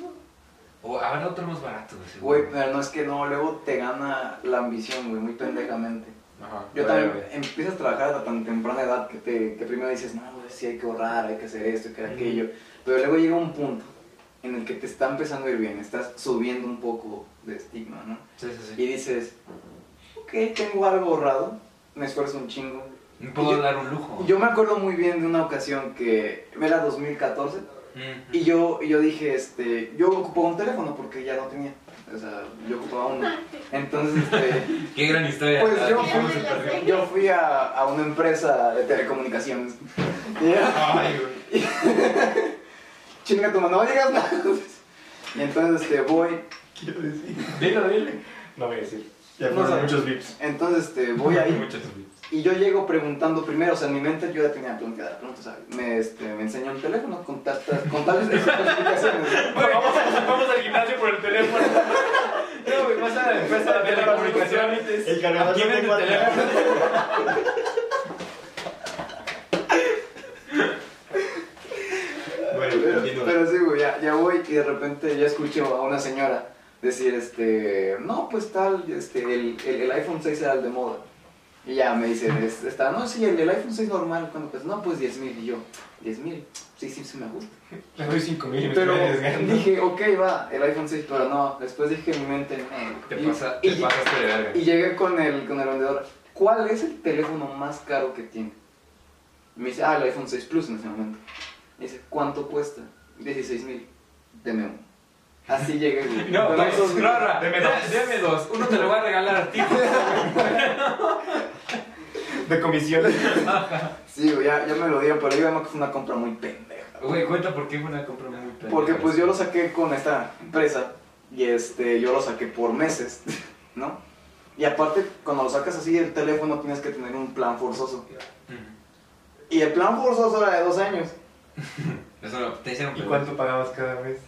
¿O habrá otro más barato? de seguro?
Güey, pero no es que no, luego te gana la ambición, güey, muy pendejamente.
Ajá.
Yo
Vale,
también
güey.
empiezas a trabajar a tan temprana edad que, te, que primero dices, no, güey, sí hay que ahorrar, hay que hacer esto, hay que hacer aquello. Pero luego llega un punto en el que te está empezando a ir bien, estás subiendo un poco de estigma, ¿no?
Sí, sí,
Y dices, ok, tengo algo ahorrado, me esfuerzo un chingo.
sí. Me puedo
yo-
dar un lujo.
Yo me acuerdo muy bien de una ocasión que era 2014
Mm.
y yo, y yo dije, este, yo ocupaba un teléfono porque ya no tenía, o sea, yo ocupaba uno. Entonces, este...
Qué gran historia.
Pues yo
Ah, ¿cómo se perdió?
fui, yo fui a, a una empresa de telecomunicaciones.
Ay, güey.
Chinga tu mano, no digas nada. Y entonces este, voy,
Quiero decir. Dilo, dile. No voy a decir. Ya
No
fueron
sé.
muchos vips.
entonces este, voy ahí.
Muchas gracias.
Y yo llego preguntando primero, o sea, en mi mente yo ya tenía planteada la pregunta, o sea, me, este, me enseñó el teléfono con, tantas- con tales especificaciones.
Bueno, vamos, a- vamos al gimnasio por el teléfono. No, güey, vas a la empresa de telecomunicación.
El cargador
Aquí
no
ven
tengo
el
atrás. Bueno,
Pero,
continúa.
pero sí, güey, ya, ya voy y de repente ya escucho a una señora decir, este, no, pues tal, este, el, el, el iPhone 6 era el de moda. Y ya me dicen, es- está, no, sí, el, el iPhone 6 normal, cuando pues, no, pues 10 mil. Y yo, 10 mil, sí, sí, sí me gusta.
Le doy 5 mil y me
Pero
estoy arriesgando.
dije, ok, va, el iPhone 6, pero no, después dije en mi mente, no.
Te,
Y-
pasa,
y,
te pasaste de verga.
y llegué con el, con el vendedor, ¿cuál es el teléfono más caro que tiene? Y me dice, ah, el iPhone 6 Plus en ese momento. Me dice, ¿cuánto cuesta? 16 mil. Deme uno. Así llegué. güey.
No,
Con
no,
esos-
no, no,
Deme
deme
dos.
dos. Deme dos. Uno te lo voy a regalar a ti.
De comisiones.
Sí, güey, ya, ya me lo dieron, pero yo además que fue una compra muy pendeja. güey.
Güey, cuenta por qué fue una compra muy pendeja.
Porque pues yo lo saqué con esta empresa y este, yo lo saqué por meses, ¿no? Y aparte, cuando lo sacas así el teléfono tienes que tener un plan forzoso.
Ujú.
Y el plan forzoso era de dos años.
Eso no, te hicieron
¿Y
pedo.
cuánto pagabas cada mes?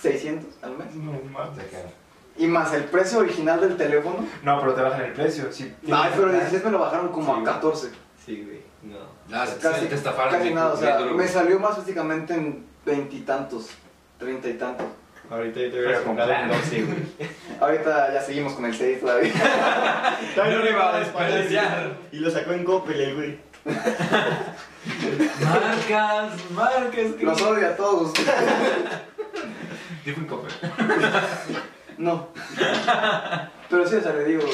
600 al mes.
No mames.
Te quedaron.
Y más el precio original del teléfono.
No, pero te bajan el precio. Si
Ay,
tienes-
pero 16 me lo bajaron como
Sí.
a 14.
Sí, güey, no.
Ah, sí,
Casi,
te estafaron.
casi
de-
nada, o
de
sea,
duro.
me salió más físicamente en veintitantos, treinta y tantos.
Ahorita yo te hubiera
Pero con
comprado un
plan.
12, güey.
Ahorita ya seguimos con el 6 todavía.
No le iba a desperdiciar.
Y lo sacó en Coppel el güey.
Marcas, marcas. que-
Los odio a todos.
Dijo un copo.
No. Pero sí, o sea, le digo,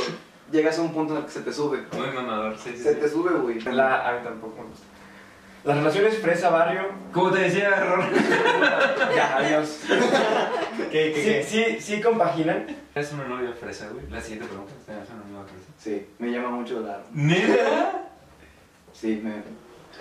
llegas a un punto en el que se te sube.
Muy mamador, sí, sí,
Se
sí.
te sube, güey.
La, a mí tampoco me gusta. Las relaciones fresa-barrio,
Como te decía, error.
ya, adiós.
¿Qué, qué,
Sí,
qué?
sí, sí compaginan.
¿Es una novia fresa, güey? La siguiente pregunta. ¿Es una novia fresa?
Sí, me llama mucho la...
¿Neta?
Sí, me,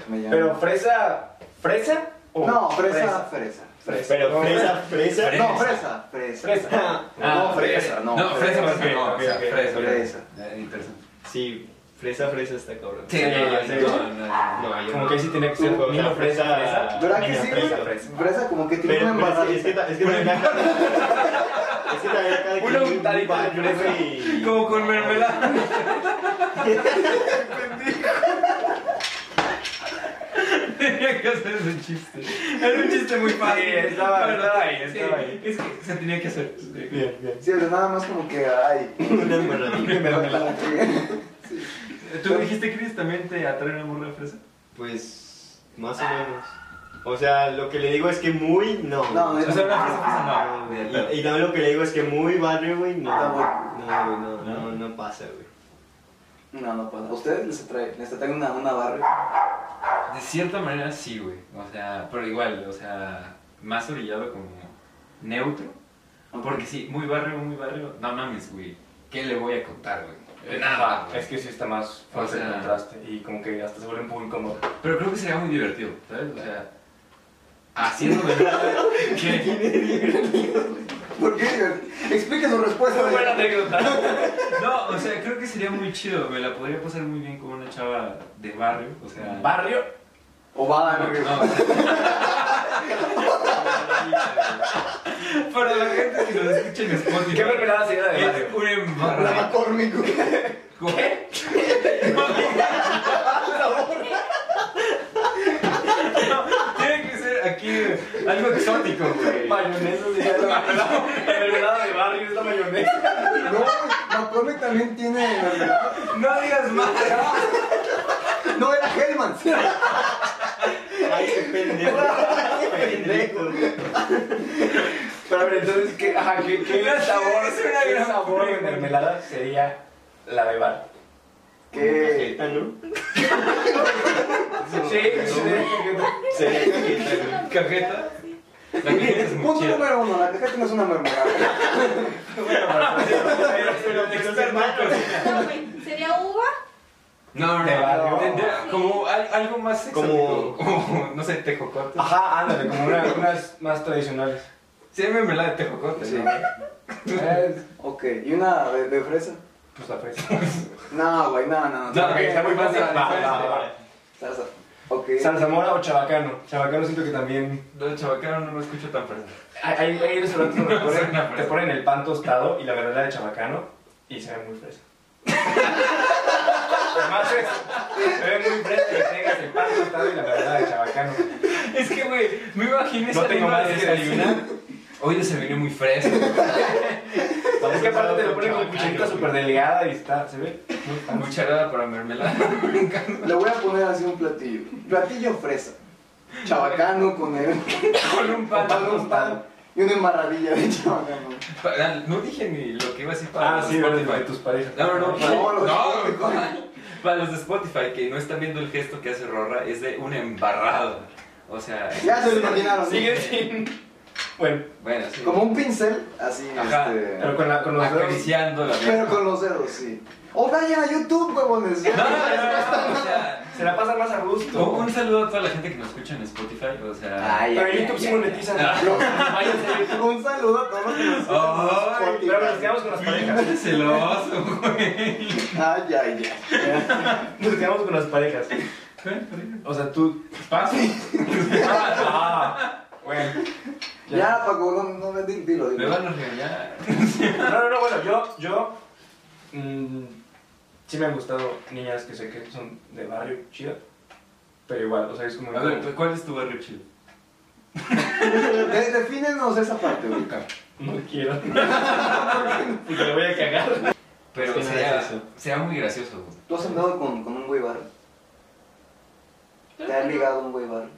me llama.
Pero fresa. ¿Fresa? o
No, fresa, fresa. Fresa.
Pero
No,
fresa, fresa.
No, fresa, fresa.
Fresa.
Ah, No, fresa, no.
No, fresa,
fresa,
fresa, no,
ok,
o sea,
ok,
fresa,
fresa.
Eh, Interesante.
Sí, fresa, fresa está cabrón.
Sí, no,
yo-
no, no, no.
No, yo
Como
no.
que sí tiene que ser
Tú,
niño
la
fresa,
fresa-
fresa.
¿Verdad que
niña
sí, güey?
fresa, fresa.
Fresa como que tiene
Pero,
una
pero
embarradita.
es que- es que ta- es que también es que también acá de que
Una
muy- muy
untadita de
baño,
fresa.
güey, y-
Como con mermelada. Tenía que hacer ese chiste. Era un chiste muy fácil.
Sí, estaba-
Pero
estaba ahí,
sí,
estaba ahí.
Es que se tenía que hacer.
Bien, bien.
Sí, o sea, nada más como que, ay.
Una embarradita.
Mermelada.
¿Tú dijiste, Chris, también te atrae una morra fresa?
Pues, más o menos. O sea, lo que le digo es que muy no.
No,
O
es-
sea, una fresa fresa
Ah,
no.
No, güey. Y, y también lo que le digo es que muy barrio, güey, no.
Ah,
No,
bueno.
güey, no, no, no pasa, güey.
No, no pasa. ¿A ustedes les atrae, les atrae una, una barra?
De cierta manera sí, güey. O sea, pero igual, o sea, más orillado como neutro. Porque sí, muy barrio, muy barrio. No mames, güey. ¿Qué le voy a contar, güey? Nada.
Eh, Es que sí está más fuerte
O sea-
el contraste y como que hasta se vuelve un poco incómodo.
Pero creo que sería muy divertido, ¿sabes? O sea, haciéndome. ¿Qué?
¿Por qué? Explique su respuesta.
anécdota.
No, o sea, creo que sería muy chido. Me la podría pasar muy bien con una chava de barrio. O sea,
Barrio.
O va,
No,
¿no?
no. Para la gente que nos escucha en Spotify.
¿Qué mermelada sería de barrio?
Es un
La
embarrado.
McCormick.
¿Qué? No, tiene que ser aquí algo exótico, güey.
Mayonesa sería la mermelada. La mermelada de barrio es la mayonesa.
No, McCormick también tiene.
No digas más.
No, era Hellman.
Ay, qué pendejo. pendejo. güey.
Pero a ver, entonces, ¿qué, ajá, qué, qué
Es una-
sabor,
es una
qué
gran
sabor de
pregunta.
mermelada sería la de barrio?
Eh.
¿Qué?
Cajeta, ¿no?
Sí, sí,
Sería cajeta, güey.
¿Cajeta? La cajeta es muy
Punto
chida.
número uno, la cajeta no es una mermelada.
Pero el experto en cocina.
No, güey, ¿Sería uva?
No, no,
De
no.
barrio.
De- de- Como al- algo más
Como-
exótico. Como, Ah. no sé, tejocote.
Ajá, ándale, como una- unas más tradicionales.
Sí, hay mermelada de tejocote.
Sí.
¿no?
Eh,
Ok, ¿y una de, de fresa?
Pues la fresa.
No, güey, no, no.
No, ok, está muy fácil.
Salsa,
Va,
Ah,
va, va.
Salsa. Ok.
Salsamora o chabacano. Chabacano siento que también.
Don Chabacano no lo escucho tan fresa.
Hay, hay, hay restaurantes donde te
Suena
ponen,
fresa.
te ponen el pan tostado y la verdadera de chabacano y se ve muy fresa. Además, es, se ve muy fresa que tengas el pan tostado y la verdadera de chabacano.
Es que, güey, me imaginé
No tengo
saliendo a
más que
desayunar. Hoy desayuné muy fresco.
Es que aparte te lo ponen con cucharita súper delgada y está, se ve muy fancy.
Cucharada para mermelada.
Le voy a poner así un platillo. Platillo fresa. Chabacano con el.
Con un
Con
pan.
pan, con pan. Y una embarradilla de chabacano.
Pa- ah, No dije ni lo que iba a decir para
Ah,
los
sí,
Spotify.
de tus parejas.
No, no, no. Para,
No, los
no,
Spotify.
para- para los de Spotify que no están viendo el gesto que hace Rorra, es de una embarrada. O sea,
Ya se lo imaginaron. ¿no?
Sigue sin. Bueno,
bueno, sí.
Como un pincel, así.
Ajá.
pero
Este,
con, la, con los dedos.
Acariciando la
pero
mesa.
con los dedos, sí. O vayan a YouTube, huevones.
No, no, no, no, no, o sea,
Se la pasan más a gusto.
un- un saludo a toda la gente que nos escucha en Spotify, o sea...
Ay,
Pero
ay,
en YouTube
ay,
sí
ay,
monetizan.
ay. Los- Un saludo a todos los que nos
Ay,
escuchan en
Pero nos
Spotify.
quedamos con las parejas.
Pinche celoso, güey.
Ay, ay, ay.
Nos quedamos con las parejas. O sea, tú. ¿Paso? ah, bueno.
Ya, Paco, no, no me di- dilo,
Me
dilo.
van a regañar.
No, no, no, bueno, yo. yo mm, sí me han gustado niñas que sé que son de barrio chida. Pero igual, o sea, es como.
A ver, pues, ¿cuál es tu barrio chido?
De- Defínenos esa parte, güey.
No quiero. Porque lo voy a cagar.
Pero
Sí, no
sea,
es eso.
sea muy gracioso, güey.
¿Tú has andado con, con un güey barrio?
Creo
¿Te has
que no.
ligado a un güey barrio?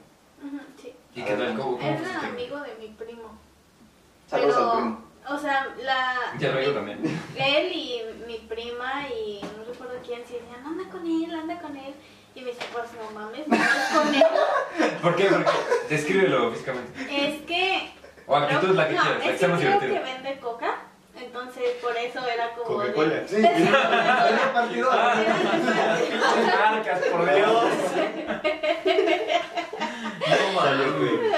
Ujú, sí.
¿Y qué tal? ¿Cómo, cómo
Era
fuiste?
amigo de mi primo.
Saludos
pero,
al primo.
o sea, la.
Ya lo
mi-
digo también.
Él y mi prima y no recuerdo quién se decían, anda con él, anda con él. Y me dice, pues no mames, no andes con él.
¿Por qué? Porque descríbelo físicamente.
Es que.
O actitud la que
no,
quieras, la que
es que
sea más
creo que
divertida.
vende coca. Entonces, por eso era como. de-
Coca-Cola.
Sí, había partido.
Marcas, por Dios.
No,
Salió, güey.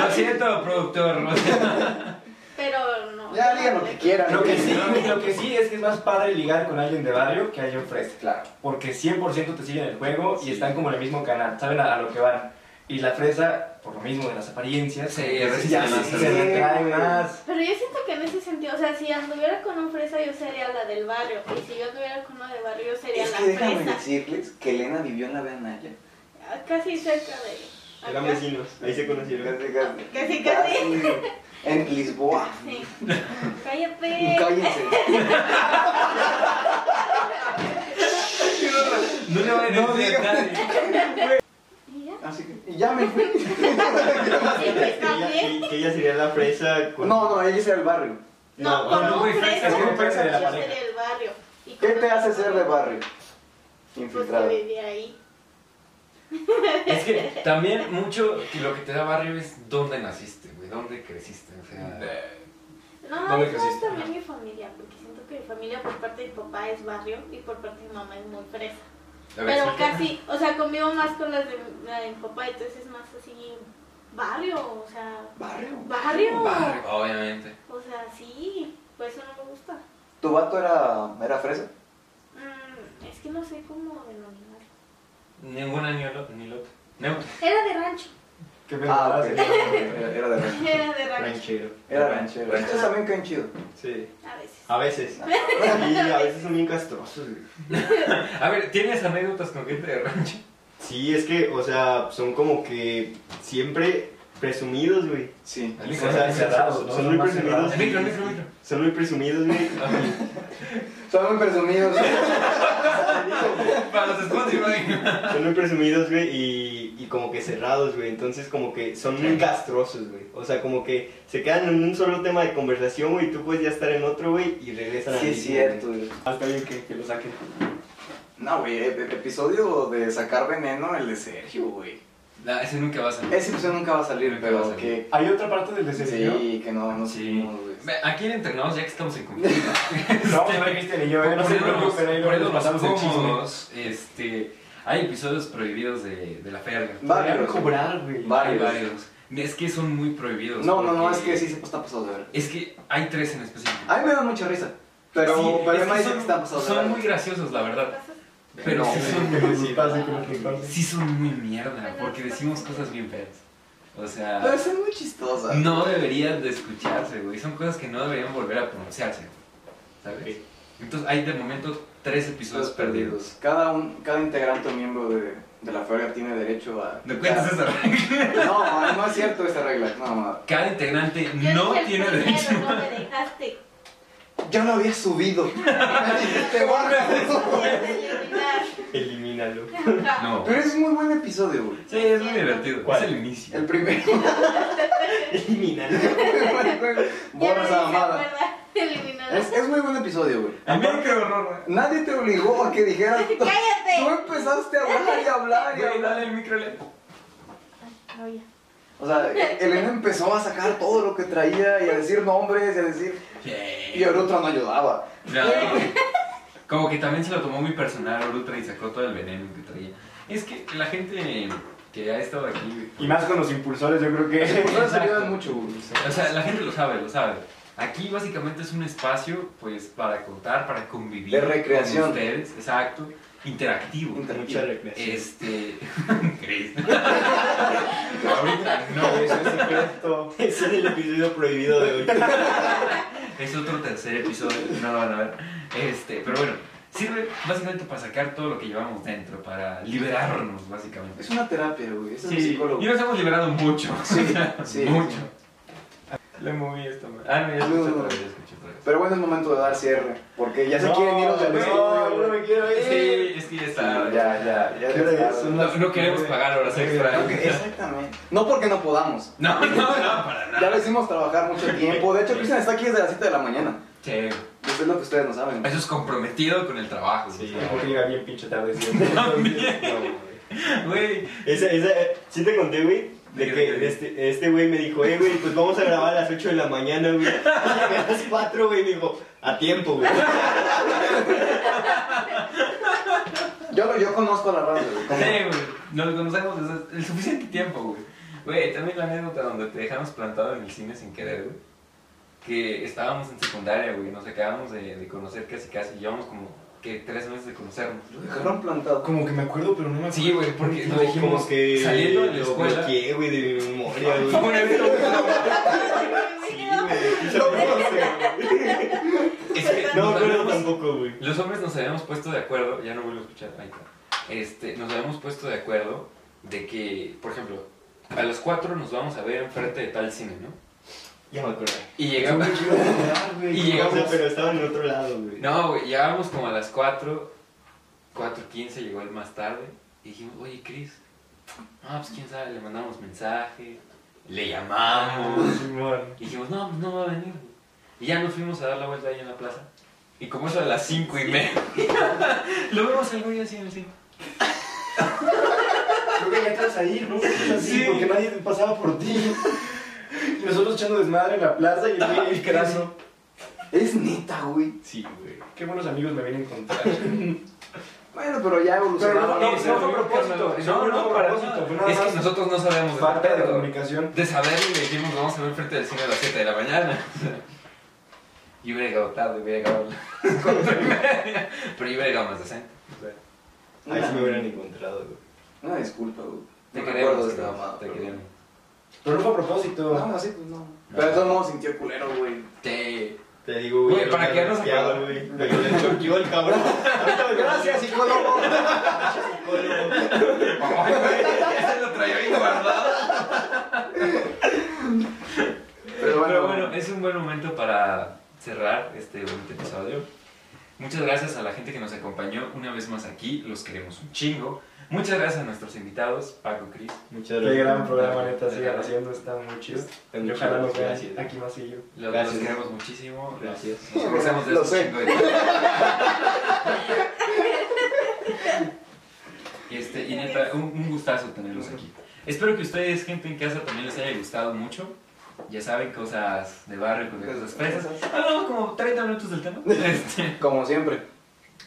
Lo siento, productor. o sea,
Pero no.
Ya digan lo que quieran.
Lo que,
güey.
sí, lo que sí es que es más padre ligar con alguien de barrio que alguien fresa.
Claro.
Porque 100% te siguen el juego y están como en el mismo canal, saben a, a lo que van. Y la fresa, por lo mismo de las apariencias,
Sí,
como que
resiste
ya
más,
se,
resiste.
se retrae más.
Pero yo siento que en ese sentido, o sea, si anduviera con un fresa, yo sería la del barrio. Y si yo anduviera con uno de barrio, yo sería
Es
la
que déjame
fresa.
decirles que Elena vivió en la Vía Naya.
Ah, Casi cerca de. acá.
Eran vecinos, ahí se conocieron.
Casi, casi.
Casi, casi.
En Lisboa.
Sí. Cállate.
Cállense.
No le voy a
No
decir a
digas.
nadie.
Y ya.
Así que, y ya me fui.
Sí, pues,
Que ella,
también.
que- que ella sería la fresa
No,
con...
no, ella es el barrio.
No,
No,
con
no,
un
güey,
fresa.
es que
yo
depende de la
sería
pareja.
del barrio. Y
¿Qué
con
te
otro-
hace ser de barrio?
Pues
Infiltrado.
que vivía ahí.
Es que también mucho que lo que te da barrio es dónde naciste, güey, dónde creciste. O sea,
No,
¿Dónde
es más
creciste?
también mi familia, porque siento que mi familia por parte de mi papá es barrio y por parte de mi mamá es muy fresa.
a ver,
Pero
explica.
casi, o sea, convivo más con las de, la de mi papá, entonces es más así barrio, o sea,
Barrio.
barrio.
Barrio, obviamente.
O sea, sí, por eso no me gusta.
¿Tu vato era, era fresa?
Mm, es que no sé cómo denominarlo.
Ninguna ni lo- ni lo Neutro.
Era de rancho.
Qué
Ah,
pendejada
ok.
sería.
Era era de rancho.
Era de rancho.
Ranchero.
Era ranchero. Ustedes también caen chido.
Sí.
A veces.
A veces. Y a veces son bien castrosos, güey.
A ver, ¿tienes anécdotas con gente de rancho?
Sí, es que, o sea, son como que siempre presumidos, güey.
Sí.
El micro,
O sea,
más
son-
cerrados,
son,
¿no?
son
Son
muy
más
presumidos.
el micro, el micro, el micro.
Son muy presumidos, güey.
Son muy presumidos.
Para los de Spotify.
Son muy presumidos, güey, y, y como que cerrados, güey. Entonces, como que son muy castrosos, güey. O sea, como que se quedan en un solo tema de conversación, güey. y Tú puedes ya estar en otro, güey, y regresan
Sí,
al
es
mismo,
cierto.
güey.
güey.
Ah, Está bien que, que lo saquen.
No, güey, e- e- episodio de sacar veneno, el de Sergio, güey.
No, ese nunca va a salir.
Ese episodio nunca va a salir,
Nunca va a
pero
salir.
que...
Hay otra parte del deseo.
Sí, que no, no
Sí.
supimos, güey.
Ve, Aquí entrenados ya que estamos en conflicto.
No, a ver, Cristian y yo, eh, no se preocupen, ahí luego nos pasamos el chisme.
cómodos, este, hay episodios prohibidos de, de la ferga.
Deberían
Varios.
cobrar, güey.
Va-
Hay
varios.
varios. Es que son muy prohibidos.
No, no, no, es
porque-
que sí se está pasado de ver.
Es que hay tres en específico.
A mí me da mucha risa. Ah, Pero,
Sí,
pero
es que
Emma dice
son,
que está pasado de
son
verga.
muy graciosos, la verdad.
Cosas-
Pero sí son muy,
Sí,
sí son muy mierda, porque decimos cosas bien feas. O sea,
Pero son muy chistosas.
no deberían de escucharse, güey. Son cosas que no deberían volver a pronunciarse, güey. ¿sabes?
Ok.
Entonces hay de momento tres episodios
Episodios
perdidos.
perdidos. Cada, un, cada integrante o miembro de, de la feria tiene derecho a...
¿No cuentas esa regla?
No, no es cierto esa regla. No, no.
Cada integrante
Yo
no
dije el
tiene
primero,
derecho.
No me dejaste.
Yo lo había subido. Te guardo.
Elimínalo.
No.
No.
Pero es muy buen episodio, güey.
Sí, es muy divertido.
¿Cuál?
Es el inicio.
El primero.
Elimínalo.
Borra esa mamada.
Eliminado.
Es, es muy buen episodio, güey.
A mí qué horror,
Nadie te obligó a que dijeras... Tú
Cállate.
tú empezaste a hablar y a hablar y a
güey.
hablar.
Dale el micro, le-
No, ya.
O sea, Elena empezó a sacar todo lo que traía y a decir nombres y a decir... Y
Yeah.
Orutra no ayudaba.
No. Como que también se lo tomó muy personal Orutra y sacó todo el veneno que traía. Es que la gente que ha estado aquí, güey,
Y más con los impulsores, yo creo
Los
que.
impulsores
Exacto.
ayudan mucho, güey.
O sea, la gente lo sabe, lo sabe. Aquí básicamente es un espacio, pues, para contar, para convivir.
De recreación.
Con ustedes, exacto. Interactivo.
Mucha
Interactivo.
recreación.
Este. ¿Crees? Ahorita no.
Eso es secreto.
Ese es el episodio prohibido de hoy.
Es otro tercer episodio, no lo van a ver. Este, pero bueno, sirve básicamente para sacar todo lo que llevamos dentro, para liberarnos, básicamente.
Es una terapia, güey. Ese es mi
Sí,
psicólogo.
y nos hemos liberado mucho.
Sí, sí.
mucho.
sí.
Le moví esta madre.
Ah, no, ya escuché
No, no,
otra
no.
vez, ya escuché otra vez.
Pero bueno, es momento de dar cierre. Porque ya se quieren ir los del
no,
estudio,
yo no
güey.
me quiero ir.
Sí, es que ya está.
Ya, ya, ya.
Pero ya son
No, no queremos pagar horas extra.
Ok, Exactamente. No porque no podamos.
No, no, no, para nada.
Ya lo hicimos trabajar mucho tiempo. De hecho, Cristian está aquí desde las 7 de la mañana.
Che,
Eso es lo que ustedes no saben.
eso es comprometido con el trabajo.
Sí.
Porque llega bien pinche tarde
También.
No, güey.
Güey,
Esa, esa, eh, sí te conté, güey, de
Diga,
que
diga.
este este güey me dijo, eh, güey, pues vamos a grabar a las 8 de la mañana, güey. Y a las 4, güey, dijo, a tiempo, güey.
Yo, yo conozco a la raza, güey.
Sí,
como-
güey. Nos conocemos desde hace el suficiente tiempo, güey. Güey, también la anécdota donde te dejamos plantado en el cine sin querer, güey. Que estábamos en secundaria, güey. Nos acabamos de, de conocer casi casi. Llevamos como que tres meses de conocernos.
Lo dejaron plantado.
Como que me acuerdo, pero no me
Sí, güey, porque nos dijimos
Como que
saliendo de la
lo
escuela.
bloqueé, güey, de mi memoria,
Fue
güey.
un evento muy cabrón.
Sí, güey.
Es que
No
nos
me acuerdo
habíamos-
tampoco, güey.
Los hombres nos habíamos puesto de acuerdo, ya no vuelvo a escuchar, ahí está. Este, nos habíamos puesto de acuerdo de que, por ejemplo, a las 4 nos vamos a ver enfrente de tal cine, ¿no?
Ya me acuerdo.
Y llegamos, y llegamos,
O sea, pero estaba en otro lado, güey.
no, güey, llegábamos como a las 4, 4.15 llegó el más tarde, y dijimos, oye, Chris, no, pues quién sabe, le mandamos mensaje, le llamamos,
Simón.
y dijimos, no, pues, no va a venir, güey. Y ya nos fuimos a dar la vuelta ahí en la plaza, y como eso a las 5 y media, lo vemos algo y así en el cine.
Creo que ya te vas a ir, ¿no? Así,
Sí.
porque nadie pasaba por ti. Y nosotros echando desmadre en la plaza y el güey quedando.
Es neta, güey.
Sí, güey.
Qué buenos amigos me vine a encontrar.
Bueno, pero ya evolucionaron.
Pero no,
Sí,
no,
sí,
fue a propósito,
sí,
no
No,
fue
no,
a
para
propósito,
nada.
fue nada
Es que
más
nosotros no sabemos
Falta de
pedo.
comunicación.
De saber y le dijimos, "Nos vamos a ver frente del cine a las 7 de la mañana. y hubiera llegado tarde, hubiera llegado a las 4 y media. Pero yo hubiera llegado más decente.
Ahí sí me
Una,
hubieran encontrado, güey.
una disculpa, güey.
Te
No recuerdo
queremos,
de esta
Carlos,
mamada,
te
pero-
queremos.
Pero no fue a propósito.
Ah,
No, así pues no. Pero de todos modos sintió culero, güey.
Te...
Te digo, güey.
Güey, ¿para
lo
qué
había
nos
bloqueado,
acordamos?
güey. Me lo choqueó el cabrón.
Gracias, psicólogo.
psicólogo.
Ay, güey, ya se lo traía ahí guardado.
Pero bueno,
Pero bueno, es un buen momento para cerrar este bonito episodio. Muchas gracias a la gente que nos acompañó una vez más aquí. Los queremos un chingo. Muchas gracias a nuestros invitados, Paco, Cris.
Muchas
Qué
gracias.
gran programa, neta, sigan haciendo, está muy chido.
Este,
Está muy
Y ojalá
chido,
nos vean
gracias.
aquí más seguido.
Los,
Gracias.
los queremos muchísimo.
Gracias.
Nos conocemos desde
Lo
hace
sé.
un chingo de tiempo. Y este, y neta, un, un gustazo tenerlos aquí. Espero que ustedes, gente en casa, también les haya gustado mucho. Ya saben, cosas de barrio, con cosas
Pues,
fresas. Hablamos como 30 minutos del tema. Este,
como siempre.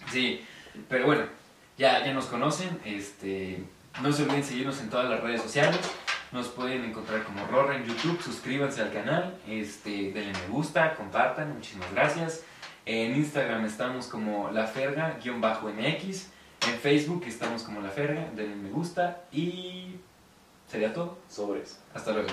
sí, pero bueno, ya, ya nos conocen. Este, no se olviden seguirnos en todas las redes sociales. Nos pueden encontrar como Rorra en YouTube, suscríbanse al canal, este, denle me gusta, compartan, muchísimas gracias. En Instagram estamos como laferga-mx. En Facebook estamos como laferga. Denle me gusta y sería todo.
Sobres.
Hasta luego.